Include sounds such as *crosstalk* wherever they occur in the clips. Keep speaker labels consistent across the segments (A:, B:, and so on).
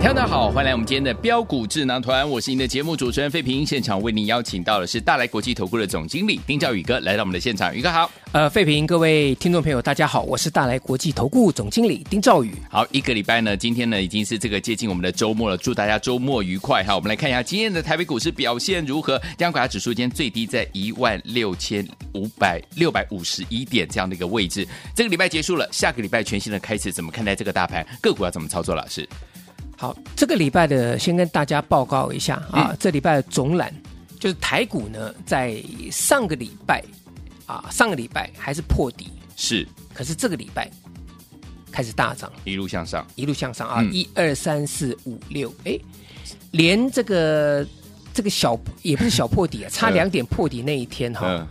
A: 听众大家好，欢迎来我们今天的标股智囊团，我是您的节目主持人费平。现场为您邀请到的是大来国际投顾的总经理丁兆宇哥来到我们的现场，宇哥好。
B: 呃，费平，各位听众朋友，大家好，我是大来国际投顾总经理丁兆宇。
A: 好，一个礼拜呢，今天呢已经是这个接近我们的周末了，祝大家周末愉快哈。我们来看一下今天的台北股市表现如何。加权指数今天最低在一万六千五百六百五十一点这样的一个位置。这个礼拜结束了，下个礼拜全新的开始，怎么看待这个大盘？个股要怎么操作？老师，
B: 好，这个礼拜的先跟大家报告一下
A: 嗯
B: 啊，这礼拜的总览就是台股呢，在上个礼拜啊，上个礼拜还是破底，
A: 是
B: 可是这个礼拜开始大涨，
A: 一路向上，
B: 一路向上啊，
A: 嗯
B: 一二三四五六，哎，连这个这个小也不是小破
A: *laughs*
B: 底啊，差
A: 嗯
B: 两点破底那一天哈、
A: 嗯，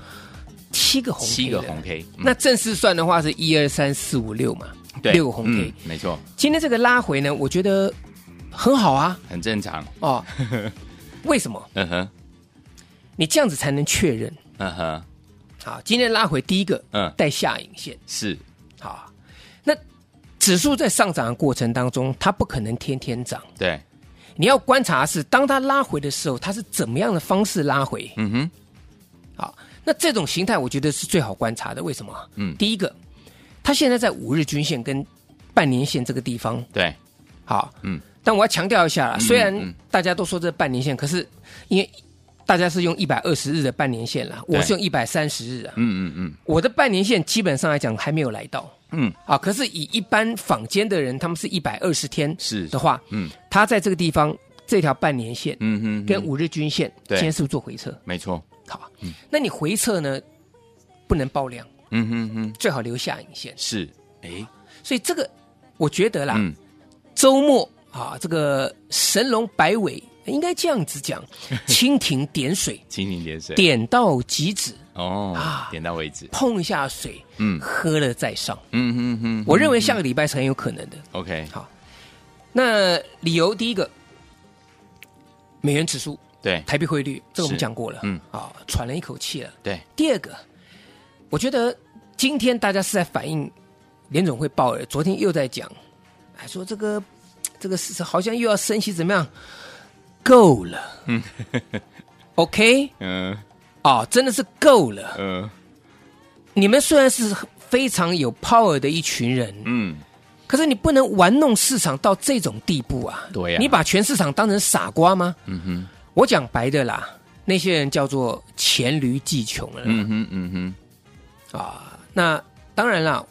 B: 七个红 K
A: 七个
B: 了
A: 红 K，嗯
B: 那正式算的话是一二三四五六嘛，
A: 对
B: 六个红 K、
A: 嗯没错，
B: 今天这个拉回呢，我觉得很好啊，
A: 很正常。 *laughs*
B: 哦，为什么？
A: 嗯哼，
B: 你这样子才能确认
A: 嗯哼，
B: 啊。今天拉回第一个，
A: 嗯
B: 嗯，带下影线
A: 是
B: 啊。那指数在上涨的过程当中，它不可能天天涨，
A: 对，
B: 你要观察的是当它拉回的时候，它是怎么样的方式拉回。
A: 嗯哼，
B: 好，那这种形态我觉得是最好观察的。为什么？
A: 嗯
B: 嗯，第一个，它现在在五日均线跟半年线这个地方，
A: 对，
B: 好，
A: 嗯
B: 嗯，但我要强调一下啦，
A: 嗯
B: 虽然
A: 嗯
B: 大家都说这半年线，可是因为大家是用一百二十日的半年线啦，
A: 对
B: 我是用一百三十日啊，
A: 嗯嗯嗯，
B: 我的半年线基本上来讲还没有来到，
A: 嗯
B: 嗯，啊，可是以一般坊间的人，他们是一百二十天
A: 是
B: 的话，
A: 嗯
B: 嗯，他在这个地方这条半年线
A: 嗯哼，
B: 跟五日均线，
A: 对嗯
B: 今天是不是做回撤？
A: 没错，
B: 好，那你回撤呢，不能爆量，
A: 嗯哼哼，
B: 最好留下影线，
A: 是，哎，
B: 所以这个我觉得啦，
A: 嗯，
B: 周末啊，这个神龙摆尾，应该这样
A: *laughs*
B: 子讲，蜻蜓点水，
A: 蜻蜓点水，
B: 点到即止，
A: 哦
B: 啊，
A: 点到为止，
B: 碰一下水，
A: 嗯
B: 喝了再上。
A: 嗯哼哼，
B: 我认为下个礼拜是很有可能的。
A: OK，
B: 好，那理由第一个，美元指数、
A: 对
B: 台币汇率，这个我们
A: 是
B: 讲过了，
A: 嗯，
B: 啊，喘了一口气了。
A: 对，
B: 第二个，我觉得今天大家是在反映联总会鲍尔，昨天又在讲，哎，说这个这个是好像又要升息，怎么样？够了，嗯，OK，
A: 嗯
B: 哦，真的是够了。
A: 嗯
B: 你们虽然是非常有 power 的一群人，
A: 嗯，
B: 可是你不能玩弄市场到这种地步啊！
A: 对呀
B: 你把全市场当成傻瓜吗？嗯哼，我讲白的啦，那些人叫做黔驴技穷了啦。
A: 嗯哼嗯哼，
B: 啊，那当然啦，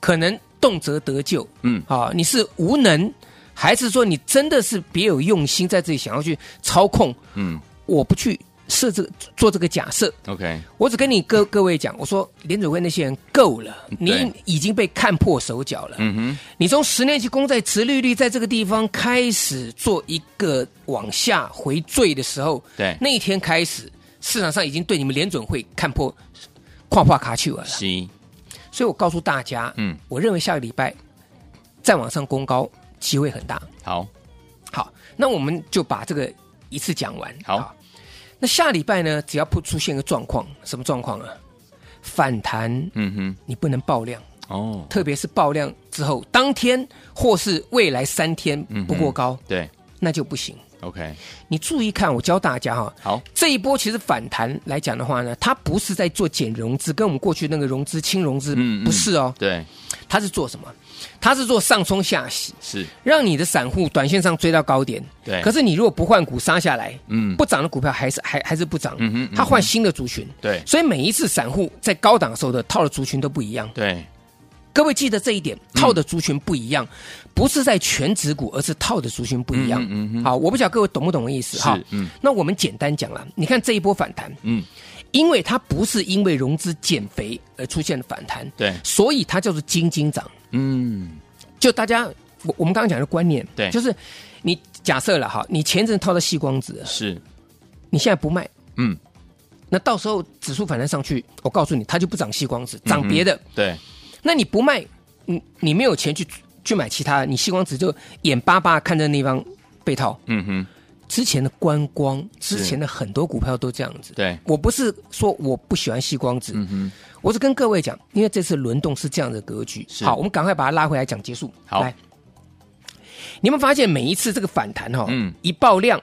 B: 可能动辄得咎，
A: 嗯
B: 啊，你是无能，还是说你真的是别有用心，在这里想要去操控？
A: 嗯
B: 我不去设这个做这个假设，
A: ，OK，
B: 我只跟你各各位讲，我说联准会那些人够了，你
A: 嗯对
B: 已经被看破手脚了。
A: 嗯哼，
B: 你从十年期公债持利率在这个地方开始做一个往下回坠的时候，
A: 对
B: 那一天开始，市场上已经对你们联准会看破跨跨卡丘了啦。
A: 西，
B: 所以我告诉大家，
A: 嗯
B: 嗯，我认为下个礼拜再往上攻高机会很大。
A: 好，
B: 好，那我们就把这个一次讲完。
A: 好
B: 那下礼拜呢，只要不出现一个状况，什么状况啊？反弹，
A: 嗯
B: 你不能爆量，
A: 哼，哦，
B: 特别是爆量之后，当天或是未来三天
A: 嗯哼
B: 不过高，
A: 对
B: 那就不行。
A: ，OK，
B: 你注意看，我教大家哈，
A: 好，
B: 这一波其实反弹来讲的话呢，它不是在做减融资，跟我们过去那个融资轻融资
A: 嗯嗯
B: 不是哦，
A: 对，
B: 它是做什么？它是做上冲下洗，
A: 是，
B: 让你的散户短线上追到高点。
A: 对
B: 可是你如果不换股杀下来，
A: 嗯，
B: 不涨的股票还是还还是不涨。
A: 嗯哼嗯哼
B: 它换新的族群。
A: 对
B: 所以每一次散户在高档的时候的套的族群都不一样。
A: 对，
B: 各位记得这一点，
A: 嗯
B: 套的族群不一样，不是在全指股，而是套的族群不一样。
A: 嗯嗯嗯
B: 好，我不晓得各位懂不懂意思
A: 是
B: 哈？
A: 嗯
B: 那我们简单讲了，你看这一波反弹，
A: 嗯，
B: 因为它不是因为融资减肥而出现的反弹，
A: 对
B: 所以它叫做金金涨。
A: 嗯，
B: 就大家，我我们刚刚讲的观念，
A: 对
B: 就是你假设了哈，你前一阵套到细光子，
A: 是，
B: 你现在不卖，
A: 嗯，
B: 那到时候指数反弹上去，我告诉你，它就不涨细光子，
A: 嗯
B: 涨别的。
A: 对，
B: 那你不卖，你你没有钱去去买其他的，你细光子就眼巴巴看着那方被套。
A: 嗯哼，
B: 之前的观光，之前的很多股票都这样子。
A: 对
B: 我不是说我不喜欢细光子，
A: 嗯
B: 我是跟各位讲，因为这次轮动是这样的格局。
A: 是
B: 好，我们赶快把它拉回来讲结束。
A: 好
B: 来你们发现每一次这个反弹哈、哦，
A: 嗯
B: 一爆量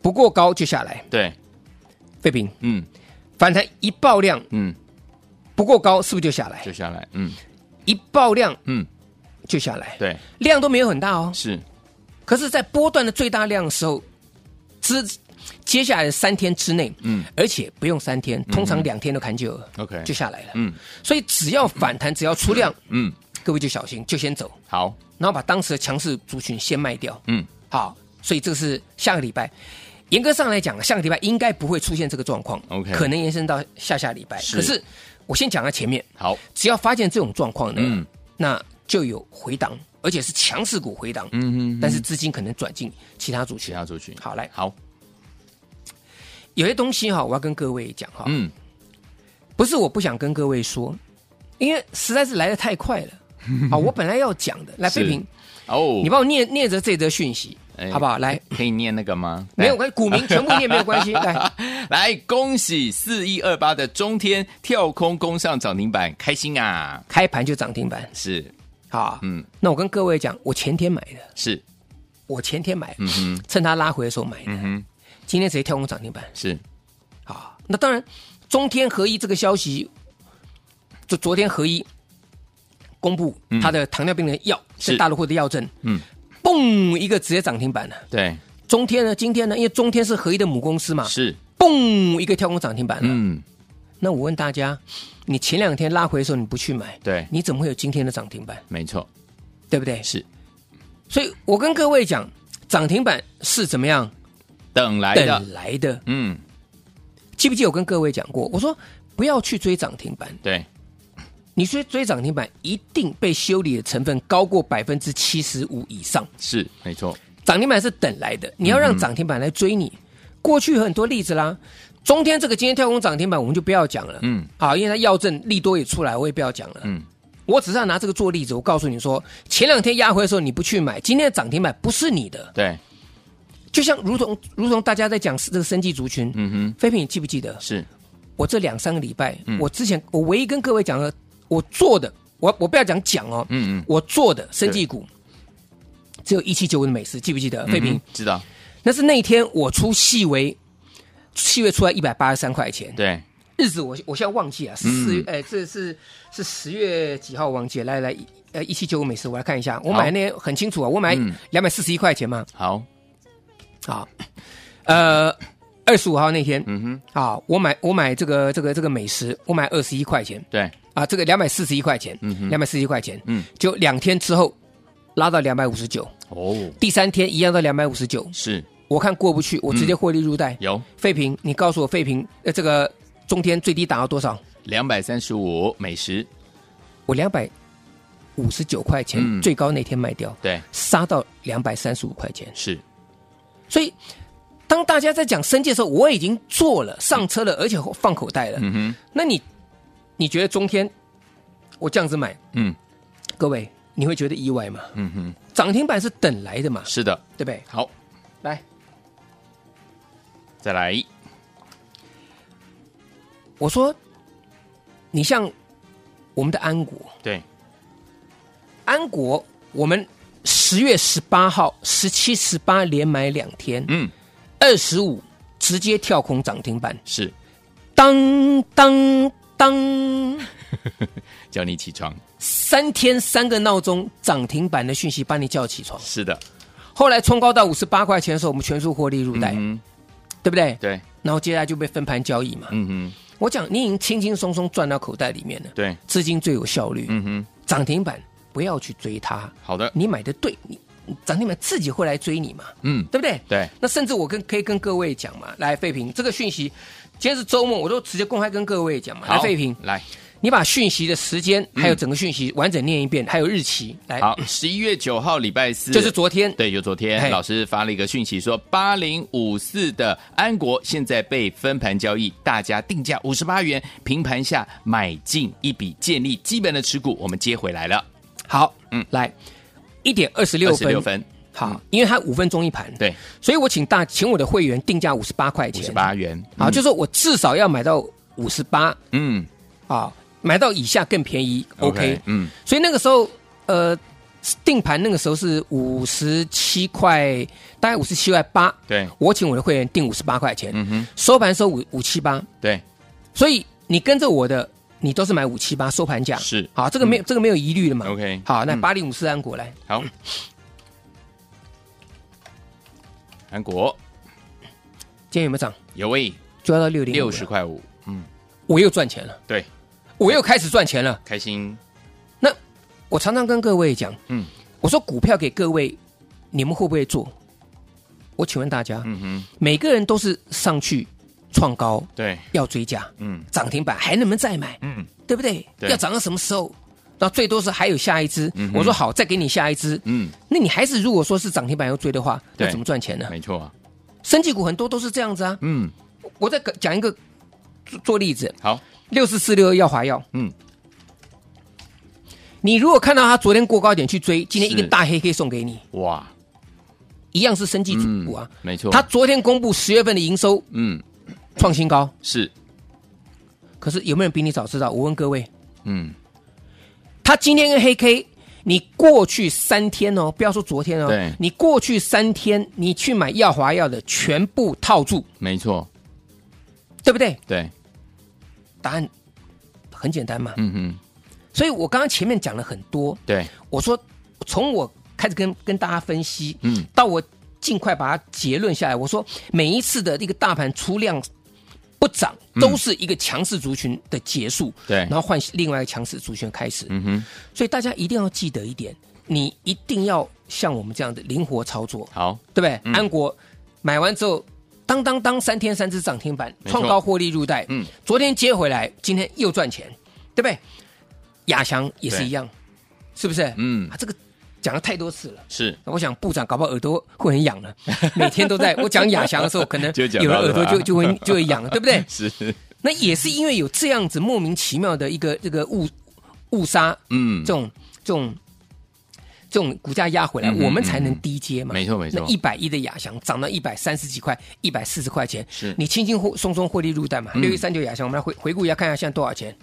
B: 不过高就下来，
A: 对，
B: 废品
A: 嗯
B: 反弹一爆量
A: 嗯，
B: 不过高是不是就下来
A: 就？下来，嗯
B: 一爆量
A: 嗯，
B: 就下来，
A: 对，
B: 量都没有很大哦。
A: 是，
B: 可是，在波段的最大量的时候，之接下来的三天之内，
A: 嗯，
B: 而且不用三天，通常两天都砍就了
A: OK
B: 就下来了。
A: 嗯
B: 所以只要反弹，只要出量，
A: 嗯，
B: 各位就小心，就先走，
A: 好，
B: 然后把当时的强势族群先卖掉。
A: 嗯，
B: 好，所以这个是下个礼拜。严格上来讲，啊下个礼拜应该不会出现这个状况
A: OK
B: 可能延伸到下下礼拜。
A: 是
B: 可是我先讲到前面，
A: 好，
B: 只要发现这种状况呢，
A: 嗯
B: 那就有回档，而且是强势股回档，
A: 嗯哼，
B: 但是资金可能转进其他族
A: 其
B: 群。
A: 他族群，
B: 好来
A: 好，
B: 有些东西哈，我要跟各位讲哈，
A: 嗯，
B: 不是我不想跟各位说，因为实在是来的太快
A: *laughs*
B: 了。好，我本来要讲的，来
A: 是
B: 飞平，
A: 哦，
B: 你帮我念念着这则讯息，
A: 哎
B: 好不好？来，
A: 可以念那个吗？
B: 没有
A: 来。
B: 关系，
A: *laughs*
B: 股民全部念没有关系。来，
A: 来，恭喜四一二八的中天跳空攻上涨停板，开心啊！
B: 开盘就涨停板，
A: 是，
B: 好，
A: 嗯，
B: 那我跟各位讲，我前天买的，
A: 是，
B: 我前天买的，
A: 嗯哼，
B: 趁它拉回的时候买的，
A: 嗯哼，嗯
B: 今天直接跳空涨停板
A: 是，
B: 啊！那当然，中天合一这个消息，就昨天合一公布它的糖尿病的药，
A: 嗯是
B: 是大陆获得药证，
A: 嗯，
B: 嘣一个直接涨停板了。
A: 对，
B: 中天呢，今天呢，因为中天是合一的母公司嘛，
A: 是，
B: 嘣一个跳空涨停板了。
A: 嗯，
B: 那我问大家，你前两天拉回的时候你不去买，
A: 对
B: 你怎么会有今天的涨停板？
A: 没错，
B: 对不对？
A: 是
B: 所以我跟各位讲，涨停板是怎么样
A: 等来的，
B: 等来的？
A: 嗯，
B: 记不记得我跟各位讲过？我说不要去追涨停板，
A: 对，
B: 你去追涨停板一定被修理的成分高过百分之七十五以上。
A: 是，没错，
B: 涨停板是等来的，你要
A: 嗯
B: 让涨停板来追你。过去很多例子啦，中天这个今天跳空涨停板我们就不要讲了，
A: 嗯
B: 嗯，好，因为它药证利多也出来，我也不要讲了，
A: 嗯
B: 嗯。我只是要拿这个做例子，我告诉你说，前两天压回的时候你不去买，今天的涨停板不是你的，
A: 对，
B: 就像如同如同大家在讲这个生技族群，
A: 嗯哼，
B: 飞平你记不记得？
A: 是，
B: 我这两三个礼拜，
A: 嗯
B: 我之前我唯一跟各位讲的，我做的，我我不要讲讲哦，
A: 嗯嗯，
B: 我做的生技股只有一七九五的美食，记不记得？废品
A: 嗯，哼知道，
B: 那是那一天我出细微，细微出来一百八十三块钱，
A: 对，
B: 日子我我现在忘记了，是四
A: 嗯
B: 月，哎、这是是十月几号忘记了？来来，一呃，一七九五美食，我来看一下，我买那很清楚啊，我买
A: 嗯
B: 两百四十一块钱嘛，
A: 好，
B: 好，呃，二十五号那天，
A: 嗯哼，
B: 啊，我买我买这个这个这个美食，我买二十一块钱
A: 对，
B: 啊，这个两百四十一块钱，两百四十一块钱，
A: 嗯
B: 嗯，就两天之后拉到两百五十九，
A: 哦，
B: 第三天一样到两百五十九，
A: 是
B: 我看过不去，我直
A: 嗯
B: 接获利入袋。
A: 有
B: 废品，你告诉我废品，呃，这个中天最低打到多少？
A: 两百三十五美食，
B: 我两百五十九块钱，
A: 嗯
B: 最高那天卖掉，
A: 对，
B: 杀到两百三十五块钱，
A: 是，
B: 所以。当大家在讲生计的时候，我已经做了上车了，而且放口袋了。
A: 嗯哼，
B: 那你你觉得中天我这样子买，
A: 嗯
B: 各位你会觉得意外吗？
A: 嗯哼，
B: 涨停板是等来的嘛，
A: 是的，
B: 对不对？
A: 好，
B: 来，
A: 再来，
B: 我说你像我们的安国，
A: 对，
B: 安国我们十月十八号、十七、十八连买两天，
A: 嗯，
B: 二十五直接跳空涨停板，
A: 是
B: 当当当，
A: 叫你起床，
B: 三天三个闹钟涨停板的讯息把你叫起床。
A: 是的，
B: 后来冲高到五十八块钱的时候，我们全数获利入袋，
A: 嗯哼，
B: 对不对？
A: 对，
B: 然后接下来就被分盘交易嘛。
A: 嗯哼，
B: 我讲你已经轻轻松松赚到口袋里面了，
A: 对，
B: 资金最有效率，
A: 嗯哼，
B: 涨停板不要去追它。
A: 好的，
B: 你买的对，你你涨停板自己会来追你嘛，
A: 嗯，
B: 对不对？
A: 对，
B: 那甚至我跟可以跟各位讲嘛，来废平这个讯息，今天是周末，我都直接公开跟各位讲嘛。来
A: 好
B: 废平，
A: 来，
B: 你把讯息的时间还有整个讯息完整念一遍，还有日期，来，
A: 好，十一月九号礼拜四，
B: 哎就是昨天哎
A: 对，就昨
B: 嘿
A: 天老师发了一个讯息说，八零五四的安国现在被分盘交易，大家定价五十八元，平盘下买进一笔，建立基本的持股，我们接回来了，
B: 好，
A: 嗯
B: 嗯，来一点二十六
A: 二十
B: 分，
A: 六分，嗯
B: 好，因为它五分钟一盘，，
A: 对，
B: 所以我请大请我的会员定价五十八块
A: 五
B: 钱，
A: 十八元，
B: 啊，
A: 嗯
B: 就说我至少要买到五十八
A: 嗯
B: 啊，买到以下更便宜，OK，
A: 嗯，
B: 所以那个时候呃定盘那个时候是五十七块，大概五十七块八，
A: 对，
B: 我请我的会员定五十八块钱，
A: 嗯哼，
B: 收盘收五五七八，
A: 对，
B: 所以你跟着我的，你都是买五七八收盘价，
A: 是嗯
B: 好，这个没有、这个没有疑虑了嘛
A: OK，
B: 好，那
A: 嗯
B: 八零五四安国来。
A: 好，安国
B: 今天有没有涨？
A: 有位
B: 就要到六零
A: 六十，块五，嗯，
B: 我又赚钱了，
A: 对，
B: 我又开始赚钱了。
A: 开心，
B: 我常常跟各位讲，
A: 嗯
B: 我说股票给各位，你们会不会做？我请问大家，
A: 嗯哼，
B: 每个人都是上去创高
A: 对，
B: 要追加，
A: 嗯
B: 涨停板还能不能再买？
A: 嗯
B: 对不对？
A: 对
B: 要涨到什么时候？那最多是还有下一只。
A: 嗯哼
B: 我说好，再给你下一只。
A: 嗯，
B: 那你还是如果说是涨停板要追的话，
A: 对
B: 那怎么赚钱呢？
A: 没错啊，
B: 升级股很多都是这样子啊。
A: 嗯，
B: 我再讲一个做做例子，
A: 好，
B: 六四四六二耀华药，
A: 嗯，
B: 你如果看到它昨天过高点去追，今天一个
A: 是
B: 大黑 K 送给你，
A: 哇，嗯
B: 一样是生技主股啊。
A: 没错，
B: 它昨天公布十月份的营收
A: 嗯
B: 创新高，
A: 是，
B: 可是有没有人比你早知道？我问各位，
A: 嗯
B: 它今天跟黑 K，你过去三天哦，不要说昨天
A: 对
B: 哦，你过去三天你去买耀华药的全部套住，
A: 没错，
B: 对不对？
A: 对，
B: 答案很简单嘛。
A: 嗯哼，
B: 所以我刚刚前面讲了很多，
A: 对，
B: 我说从我开始跟跟大家分析，
A: 嗯
B: 到我尽快把它结论下来。我说每一次的一个大盘出量不涨，都是一个强势族群的结束，
A: 嗯对
B: 然后换另外一个强势族群开始。
A: 嗯哼，
B: 所以大家一定要记得一点，你一定要像我们这样的灵活操作，
A: 好，
B: 对不对？安国买完之后。当当当，三天三只涨停板，
A: 没错
B: 创高获利入袋。
A: 嗯，
B: 昨天接回来，今天又赚钱，对不对？亚翔也是一样，是不是？
A: 嗯
B: 啊，这个讲了太多次了。
A: 是， *laughs*
B: 我想部长搞不好耳朵会很痒了，每天都在我讲亚翔的时候，可能
A: 就讲
B: 有人
A: 到啊
B: 耳朵
A: 他？
B: 就就会就会痒了，对不对
A: *laughs* 是，
B: 那也是因为有这样子莫名其妙的一个这个误误杀，
A: 嗯
B: 这，种这种这种股价压回来，
A: 嗯嗯
B: 我们才
A: 嗯
B: 能
A: 嗯
B: 低接嘛。
A: 没错没错
B: 那一百一的亚翔涨到一百三十几块，一百四十块钱，
A: 是
B: 你轻轻松松获利入袋嘛。
A: 嗯
B: 六一三九亚翔，我们来回回顾一下，看一下现在多少钱。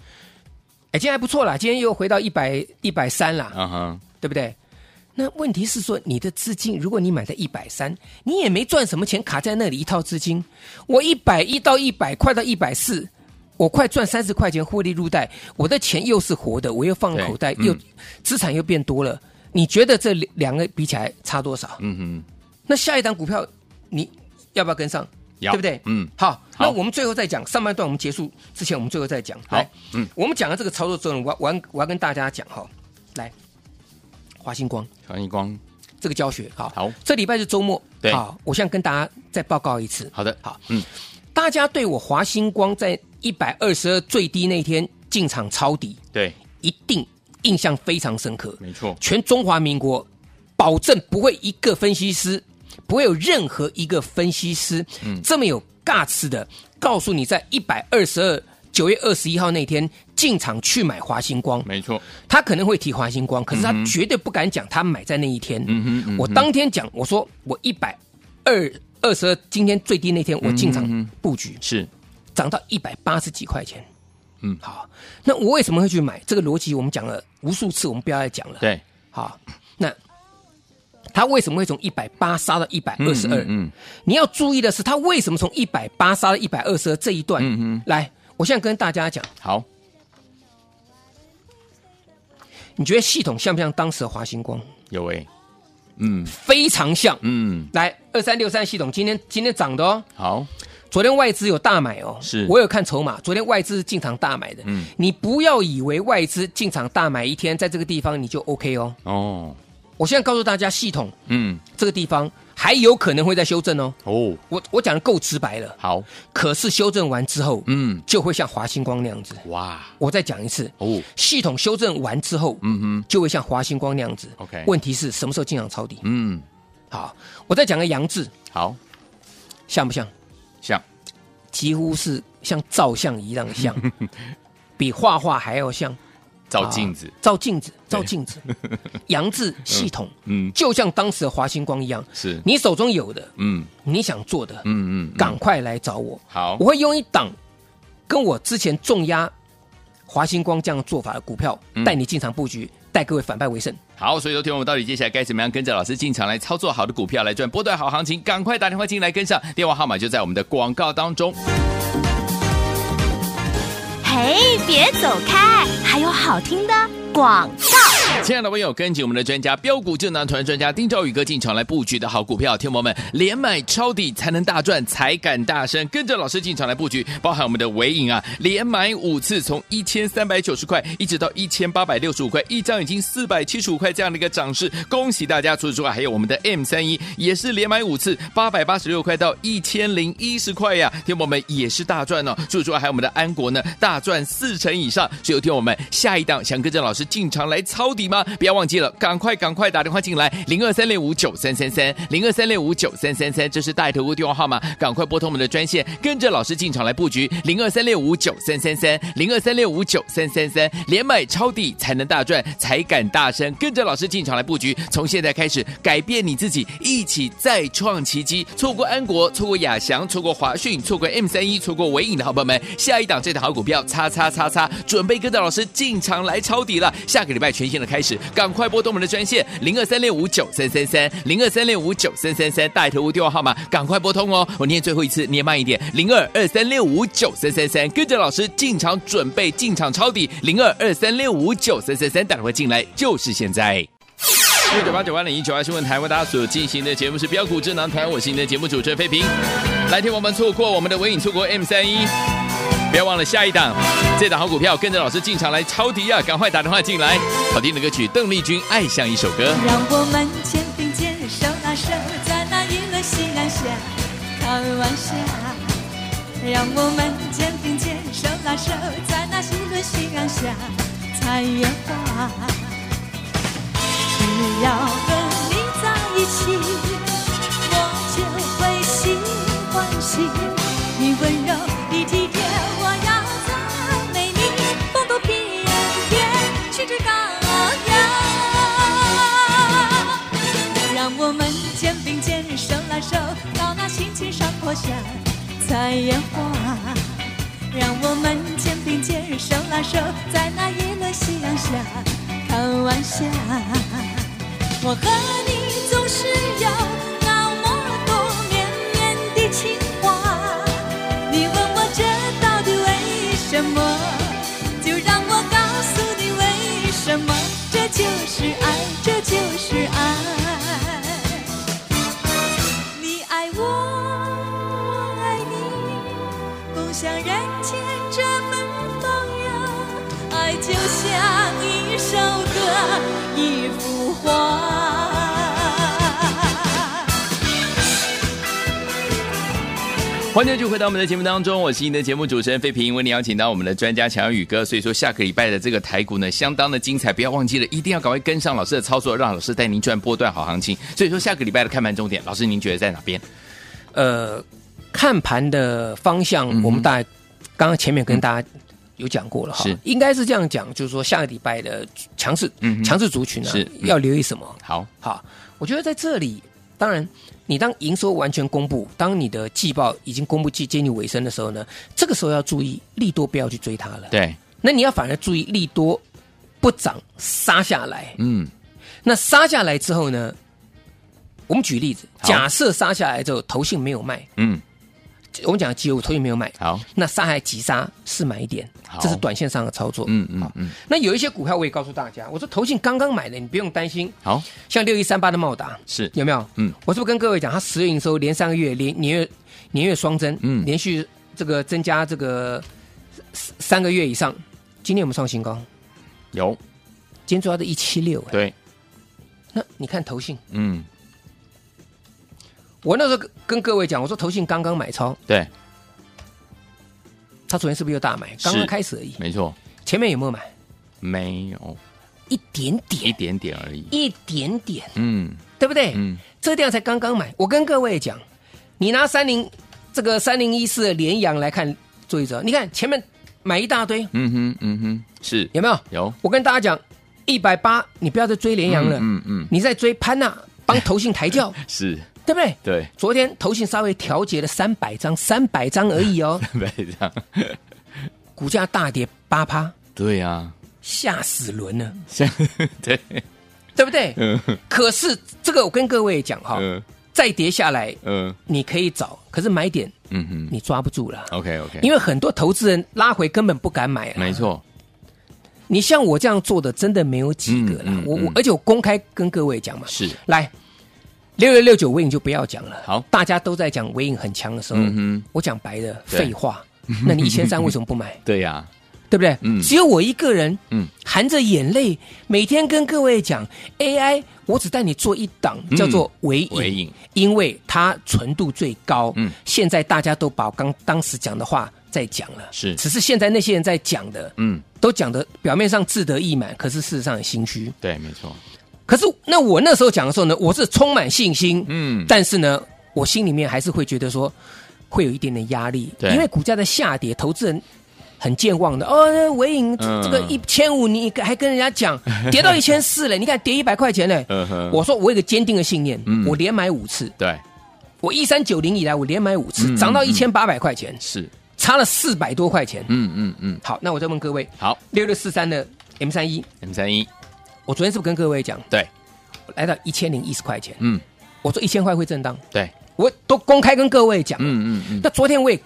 B: 哎，今天还不错啦，今天又回到一百一百三啦。
A: 啊哈，
B: 对不对？那问题是说，你的资金，如果你买在一百三，你也没赚什么钱，卡在那里一套资金，我一百一到一百，快到一百四，我快赚三十块钱获利入袋，我的钱又是活的，我又放口袋，
A: 对嗯
B: 又资产又变多了。你觉得这两两个比起来差多少？
A: 嗯
B: 那下一档股票你要不要跟上？
A: 哼，
B: 对
A: 要
B: 不对？
A: 嗯，
B: 好，
A: 好
B: 那我们最后再讲上半段，我们结束之前，我们最后再讲。
A: 好
B: 来，
A: 嗯，
B: 我们讲了这个操作之后，我要我要我要跟大家讲哈，来，华星光
A: 黄一光，
B: 这个教学好，
A: 好，
B: 这礼拜是周末，
A: 对
B: 好，我现在跟大家再报告一次，
A: 好的，
B: 好，
A: 嗯，
B: 大家对我华星光在一百二十二最低那天进场抄底，
A: 对，
B: 一定印象非常深刻，
A: 没错，
B: 全中华民国保证不会一个分析师，不会有任何一个分析师，
A: 嗯
B: 这么有尬词的告诉你，在一百二十二九月二十一号那天进场去买华星光，
A: 没错，
B: 他可能会提华星光，可是他绝对不敢讲他买在那一天。
A: 嗯哼嗯哼
B: 我当天讲，我说我一百二二十二，今天最低那天我进
A: 嗯
B: 场布局，
A: 是，
B: 涨到一百八十几块钱。
A: 嗯
B: 好，那我为什么会去买？这个逻辑我们讲了无数次，我们不要再讲了。
A: 对，
B: 好，那它为什么会从一百八杀到一百二十二？
A: 嗯
B: 你要注意的是，它为什么从一百八杀到一百二十二这一段？
A: 嗯
B: 来，我现在跟大家讲，
A: 好，
B: 你觉得系统像不像当时的华星光？
A: 有哎，嗯
B: 非常像。
A: 嗯，
B: 来，二三六三系统今天今天涨的哦，
A: 好，
B: 昨天外资有大买哦，
A: 是
B: 我有看筹码，昨天外资是进场大买的，
A: 嗯
B: 你不要以为外资进场大买一天，在这个地方你就 OK 哦。
A: 哦，
B: 我现在告诉大家，系统
A: 嗯，
B: 这个地方还有可能会再修正哦。
A: 哦，
B: 我我讲的够直白了，
A: 好，
B: 可是修正完之后，
A: 嗯，
B: 就会像华星光那样子。
A: 哇，
B: 我再讲一次，
A: 哦，
B: 系统修正完之后，
A: 嗯哼，
B: 就会像华星光那样子。
A: OK
B: 问题是什么时候进场抄底？
A: 嗯，
B: 好，我再讲个杨志，
A: 好，
B: 像不像？
A: 像，
B: 几乎是像照相一样
A: *laughs*
B: 像，比画画还要像。
A: 照镜子
B: 啊，照镜子，照
A: *laughs*
B: 镜子。杨志系统，
A: 嗯
B: 就像当时的华星光一样，
A: 是，
B: 你手中有的，
A: 嗯
B: 你想做的，
A: 嗯嗯，
B: 赶快来找我，
A: 好
B: 我，会用一档跟我之前重压华星光这样做法的股票，
A: 嗯
B: 带你进场布局，带各位反败为胜。
A: 好，所以昨天我们到底接下来该怎么样跟着老师进场来操作好的股票，来赚波段好行情？赶快打电话进来跟上，电话号码就在我们的广告当中。
C: 嘿，别走开，还有好听的广告。
A: 亲爱的朋友，跟紧我们的专家标股智囊团专家丁兆宇哥进场来布局的好股票，天友们连买抄底才能大赚，才敢大声跟着老师进场来布局，包含我们的尾影啊，连买五次，从一千三百九十块一直到一千八百六十五块，一张已经四百七十五块这样的一个涨势，恭喜大家！除此之外，还有我们的 M 三一也是连买五次，八百八十六块到一千零一十块呀、天友们也是大赚哦。除此之外，还有我们的安国呢，大赚四成以上。所以，天友们下一档想跟着老师进场来抄底吗？不要忘记了，赶快赶快打电话进来，零二三六五九三三三，零二三六五九三三三，这是大头屋电话号码，赶快拨通我们的专线，跟着老师进场来布局，零二三六五九三三三，零二三六五九三三三，连买抄底才能大赚，才敢大声，跟着老师进场来布局，从现在开始改变你自己，一起再创奇迹。错过安国，错过亚翔，错过华讯，错过 M 三一，错过伟影的好朋友们，下一档这档好股票，叉叉叉叉，准备跟着老师进场来抄底了。下个礼拜全新的开始，赶快拨动我们的专线零二三六五九三三三零二三六五九三三三大头屋电话号码，赶快拨通哦。我念最后一次，念慢一点，零二二三六五九三三三，跟着老师进场准备进场抄底，零二二三六五九三三三，打电话进来就是现在。六九八九八零一九二新闻台为大家所进行的节目是标股智囊团，我是您的节目主持人费平。来听我们错过我们的微影，错过 M 三一，不要忘了下一档，这档好股票跟着老师进场来抄底啊！赶快打电话进来。好听的歌曲，邓丽君《爱像一首歌》。
D: 让我们肩并肩，手拉手，在那一轮夕阳下看晚霞。让我们肩并肩，手拉手，在那一轮夕阳下看烟花。只要和你在一起，我就会心欢喜。你温柔，你体贴，我要赞美你，风度翩翩，气质高雅。让我们肩并肩，手拉手，到那心情山坡下采烟花。让我们肩并肩，手拉手，在那一轮夕阳下看晚霞。我和你总是有那么多绵绵的情话，你问我这到底为什么？就让我告诉你为什么，这就是爱，这就是爱。你爱我，我爱你，共享人间这份放养。爱就像一首歌，一幅画。
A: 欢迎继续回到我们的节目当中，我是您的节目主持人费平，为您邀请到我们的专家强宇哥。所以说，下个礼拜的这个台股呢，相当的精彩，不要忘记了，一定要赶快跟上老师的操作，让老师带您赚波段好行情。所以说，下个礼拜的看盘重点，老师您觉得在哪边？
B: 呃，看盘的方向，
A: 嗯哼
B: 我们大刚刚前面跟大家有讲过了哈
A: 是，
B: 应该是这样讲，就是说下个礼拜的强势
A: 嗯哼
B: 强势族群呢、
A: 是嗯
B: 要留意什么？
A: 好，
B: 好，我觉得在这里，当然，你当营收完全公布，当你的季报已经公布季接近尾声的时候呢，这个时候要注意利多不要去追它了。，
A: 对，
B: 那你要反而注意利多不涨杀下来。
A: 嗯，
B: 那杀下来之后呢，我们举例子，
A: 好
B: 假设杀下来之后，投信没有卖，
A: 嗯，
B: 我们讲的绩优，投信没有买，
A: 好，
B: 那杀还急杀是买一点
A: 好，
B: 这是短线上的操作。
A: 嗯嗯嗯，
B: 那有一些股票我也告诉大家，我说投信刚刚买的，你不用担心。
A: 好，
B: 像六一三八的茂达
A: 是
B: 有没有？
A: 嗯，
B: 我是不是跟各位讲，它十月营收连三个月，连年月年月双增，
A: 嗯
B: 连续这个增加这个三三个月以上。今天我们创新高，
A: 有
B: 今天最高的一七六。哎
A: 对，
B: 那你看投信，
A: 嗯
B: 我那时候跟跟各位讲，我说投信刚刚买超，
A: 对，
B: 它昨天是不是又大买？
A: 是
B: 刚刚开始而已，
A: 没错，
B: 前面有没有买？
A: 没有
B: 一点
A: 一
B: 点，
A: 点点而已。
B: 一点点，
A: 嗯
B: 对不对？
A: 嗯，
B: 这地方才刚刚买。我跟各位讲，你拿三零这个三零一四的联阳来看做一折，你看前面买一大堆，
A: 嗯哼嗯哼，是
B: 有没有？
A: 有
B: 我跟大家讲，一百八你不要再追联阳了，
A: 嗯嗯，
B: 你在追潘娜帮投信抬
A: *laughs*
B: 轿，
A: 是
B: 对不对？
A: 对，
B: 昨天投信稍微调节了三百张，三百张而已哦，
A: 不要这样，
B: 股价大跌八趴，
A: 对啊，
B: 吓死人了，
A: 像 *laughs* 对，
B: 对不对？
A: 嗯
B: 可是这个我跟各位讲哈，
A: 嗯
B: 再跌下来
A: 嗯
B: 你可以找，可是买点
A: 嗯哼
B: 你抓不住了。
A: ，OK 嗯 OK，嗯
B: 因
A: 为
B: 为很多投资人拉回根本不敢买、啊，
A: 没。错，
B: 你像我这样做的，真的没有几个啦。
A: 嗯嗯
B: 我我
A: 嗯
B: 而且我公开跟各位讲嘛，
A: 是
B: 来六六六九微影就不要讲了。
A: 好
B: 大家都在讲微影很强的时候，
A: 嗯哼
B: 我讲白的
A: 对
B: 废话。那你一千三为什么不
A: *laughs*
B: 买？
A: 对呀，
B: 对不对？
A: 嗯
B: 只有我一个人，
A: 嗯
B: 含着眼泪，每天跟各位讲 AI，我只带你做一档，
A: 嗯
B: 叫做微影，
A: 微影
B: 因为它纯度最高。
A: 嗯
B: 现在大家都把我刚当时讲的话再讲了，
A: 是
B: 只是现在那些人在讲的，
A: 嗯
B: 都讲的表面上志得意满，可是事实上很心虚。
A: 对，没错，
B: 可是那我那时候讲的时候呢，我是充满信心，
A: 嗯
B: 但是呢，我心里面还是会觉得说，会有一点点压力，
A: 对
B: 因为股价在下跌，投资人很健忘的。哦，那伟影这
A: 嗯
B: 这个一千五，你还跟人家讲跌到一千
A: *laughs*
B: 四了，你看跌一百块钱嘞。
A: 嗯哼
B: 我说我有一个坚定的信念，
A: 嗯
B: 我连买五次，
A: 对
B: 我一三九零以来我连买五次，
A: 嗯
B: 涨到
A: 嗯
B: 一千八百块钱，
A: 是，
B: 差了四百多块钱。
A: 嗯嗯嗯，
B: 好，那我再问各位，
A: 好
B: 六六四三的 M 三一，
A: ，M 三一，
B: 我昨天是不是跟各位讲，
A: 对，
B: 来到一千零一十块钱，
A: 嗯
B: 我说一千块会震荡，
A: 对，
B: 我都公开跟各位讲。
A: 嗯嗯嗯，
B: 那昨天我也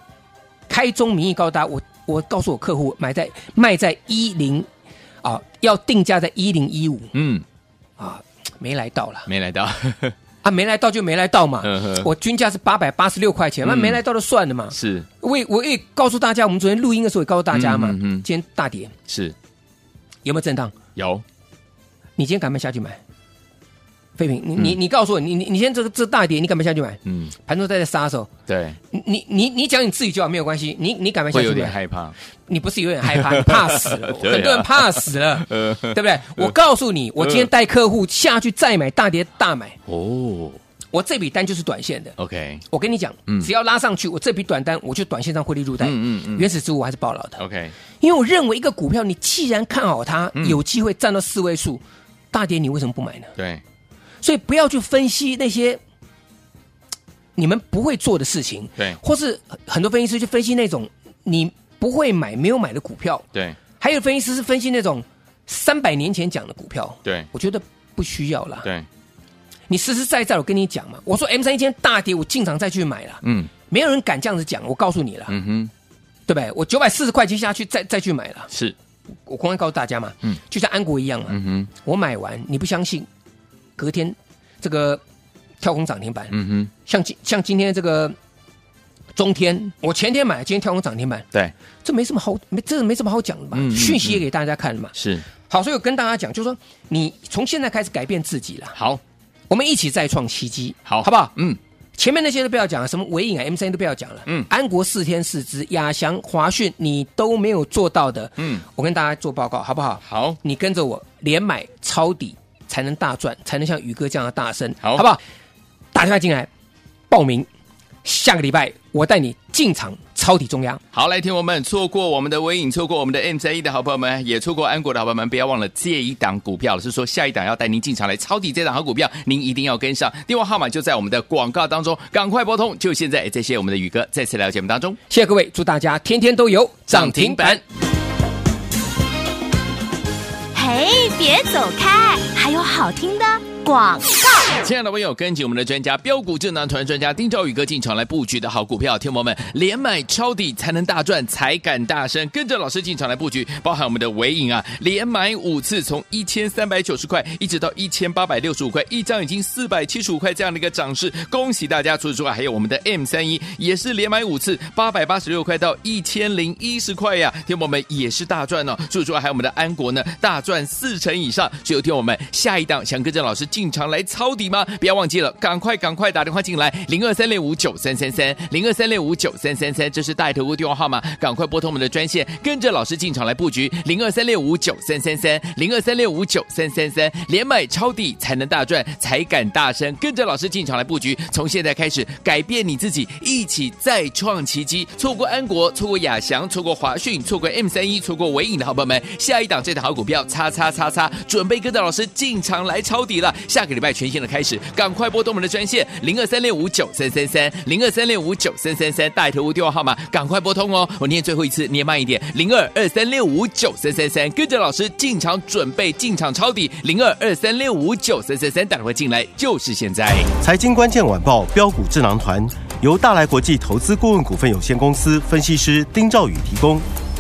B: 开宗明义告诉大家，我我告诉我客户买在卖在一零啊，要定价在一零一五，
A: 嗯
B: 没来到了
A: 没来到，
B: 啊，没来到就没来到嘛
A: 嗯哼。
B: 我均价是八百八十六块钱，那
A: 嗯
B: 没来到就算了嘛。
A: *laughs* 是
B: 我也我也告诉大家，我们昨天录音的时候也告诉大家嘛，
A: 嗯嗯嗯
B: 今天大跌
A: 是
B: 有没有震荡？
A: 有，
B: 你今天敢不敢下去买？废品，你你你告诉我，你你你现在这个这大跌，你敢不敢下去买？
A: 嗯
B: 盘中在在杀的时候，
A: 对，
B: 你你你你讲你自己就好，没有关系。你你敢不敢
A: 会
B: 下
A: 有
B: 去
A: 点
B: 买？
A: 害怕，
B: 你不是有点害怕，你怕死
A: *laughs*
B: 了，
A: 对啊
B: 很多人怕死
A: *laughs*
B: 了，
A: 呃
B: 对不对？我告诉你，我今天带客户下去再买大跌大买，
A: 哦
B: 我这笔单就是短线的。
A: ，OK
B: 我跟你讲
A: 嗯，
B: 只要拉上去，我这笔短单我就短线上获利入袋。
A: 嗯嗯嗯
B: 原始之物还是爆牢的，
A: OK，
B: 因为我认为一个股票，你既然看好它，
A: 嗯
B: 有机会站到四位数，大跌你为什么不买呢？
A: 对，
B: 所以不要去分析那些嘖你们不会做的事情，
A: 对
B: 或是很很多分析师去分析那种你不会买、没有买的股票，
A: 对，
B: 还有分析师是分析那种三百年前讲的股票，
A: 对
B: 我觉得不需要啦。
A: 对，
B: 你实实在在，我跟你讲嘛，我说 M 三一今天大跌，我进场再去买啦，
A: 嗯
B: 没有人敢这样子讲，我告诉你了，
A: 嗯哼，
B: 对不对？我九百四十块钱下去再再去买了，
A: 是，
B: 我公开告诉大家嘛，
A: 嗯
B: 就像安国一样嘛，
A: 嗯哼，
B: 我买完你不相信，隔天这个跳空涨停板，
A: 嗯哼，
B: 像今像今天这个中天，我前天买，今天跳空涨停板，
A: 对，
B: 这没什么好没这没什么好讲的嘛
A: 嗯嗯，
B: 讯息也给大家看了嘛。
A: 是，
B: 好，所以我跟大家讲，就是说你从现在开始改变自己啦，
A: 好，
B: 我们一起再创奇迹，
A: 好，
B: 好不好？
A: 嗯，
B: 前面那些都不要讲了，什么伟影啊、M 三都不要讲了。
A: 嗯
B: 安国四天四支、亚翔、华讯，你都没有做到的。
A: 嗯，
B: 我跟大家做报告，好不好？
A: 好，
B: 你跟着我连买抄底，才能大赚，才能像宇哥这样的大声，
A: 好
B: 好不好？打电话进来报名，下个礼拜我带你进场抄底中央。
A: 好，来，听我们错过我们的微影，错过我们的 M 三一的好朋友们，也错过安国的好朋友们，不要忘了这一档股票，老师说下一档要带您进场来抄底这档好股票，您一定要跟上。电话号码就在我们的广告当中，赶快拨通，就现在！也谢谢我们的宇哥再次来到节目当中。
B: 谢谢各位，祝大家天天都有
A: 涨停板。
C: 嘿，嘿，别走开，还有好听的广告。
A: 亲爱的朋友，跟紧我们的专家标股智囊团专家丁兆宇哥进场来布局的好股票，听友们连买抄底才能大赚，才敢大声跟着老师进场来布局，包含我们的尾影啊，连买五次，从一千三百九十块一直到一千八百六十五块，一张已经四百七十五块这样的一个涨势，恭喜大家！除此之外，还有我们的 M 三一也是连买五次，八百八十六块到一千零一十块呀、听友们也是大赚哦。除此之外，还有我们的安国呢，大赚四成以上。所以，听我们下一档想跟着老师进场来抄底吗？不要忘记了，赶快赶快打电话进来，零二三六五九三三三，零二三六五九三三三，这是大头屋电话号码，赶快拨通我们的专线，跟着老师进场来布局，零二三六五九三三三，零二三六五九三三三，连买抄底才能大赚，才敢大声，跟着老师进场来布局，从现在开始改变你自己，一起再创奇迹。错过安国，错过亚翔，错过华讯，错过 M 三一，错过伟影的好朋友们，下一档这档好股票，叉叉叉叉，准备跟着老师进场来抄底了。下个礼拜全新的开始，赶快拨动我们的专线零二三六五九三三三，零二三六五九三三三，带头屋电话号码，赶快拨通哦。我念最后一次，念慢一点，零二二三六五九三三三，跟着老师进场准备进场抄底，零二二三六五九三三三，打电话进来就是现在。
E: 财经关键晚报标股智囊团由大来国际投资顾问股份有限公司分析师丁兆宇提供。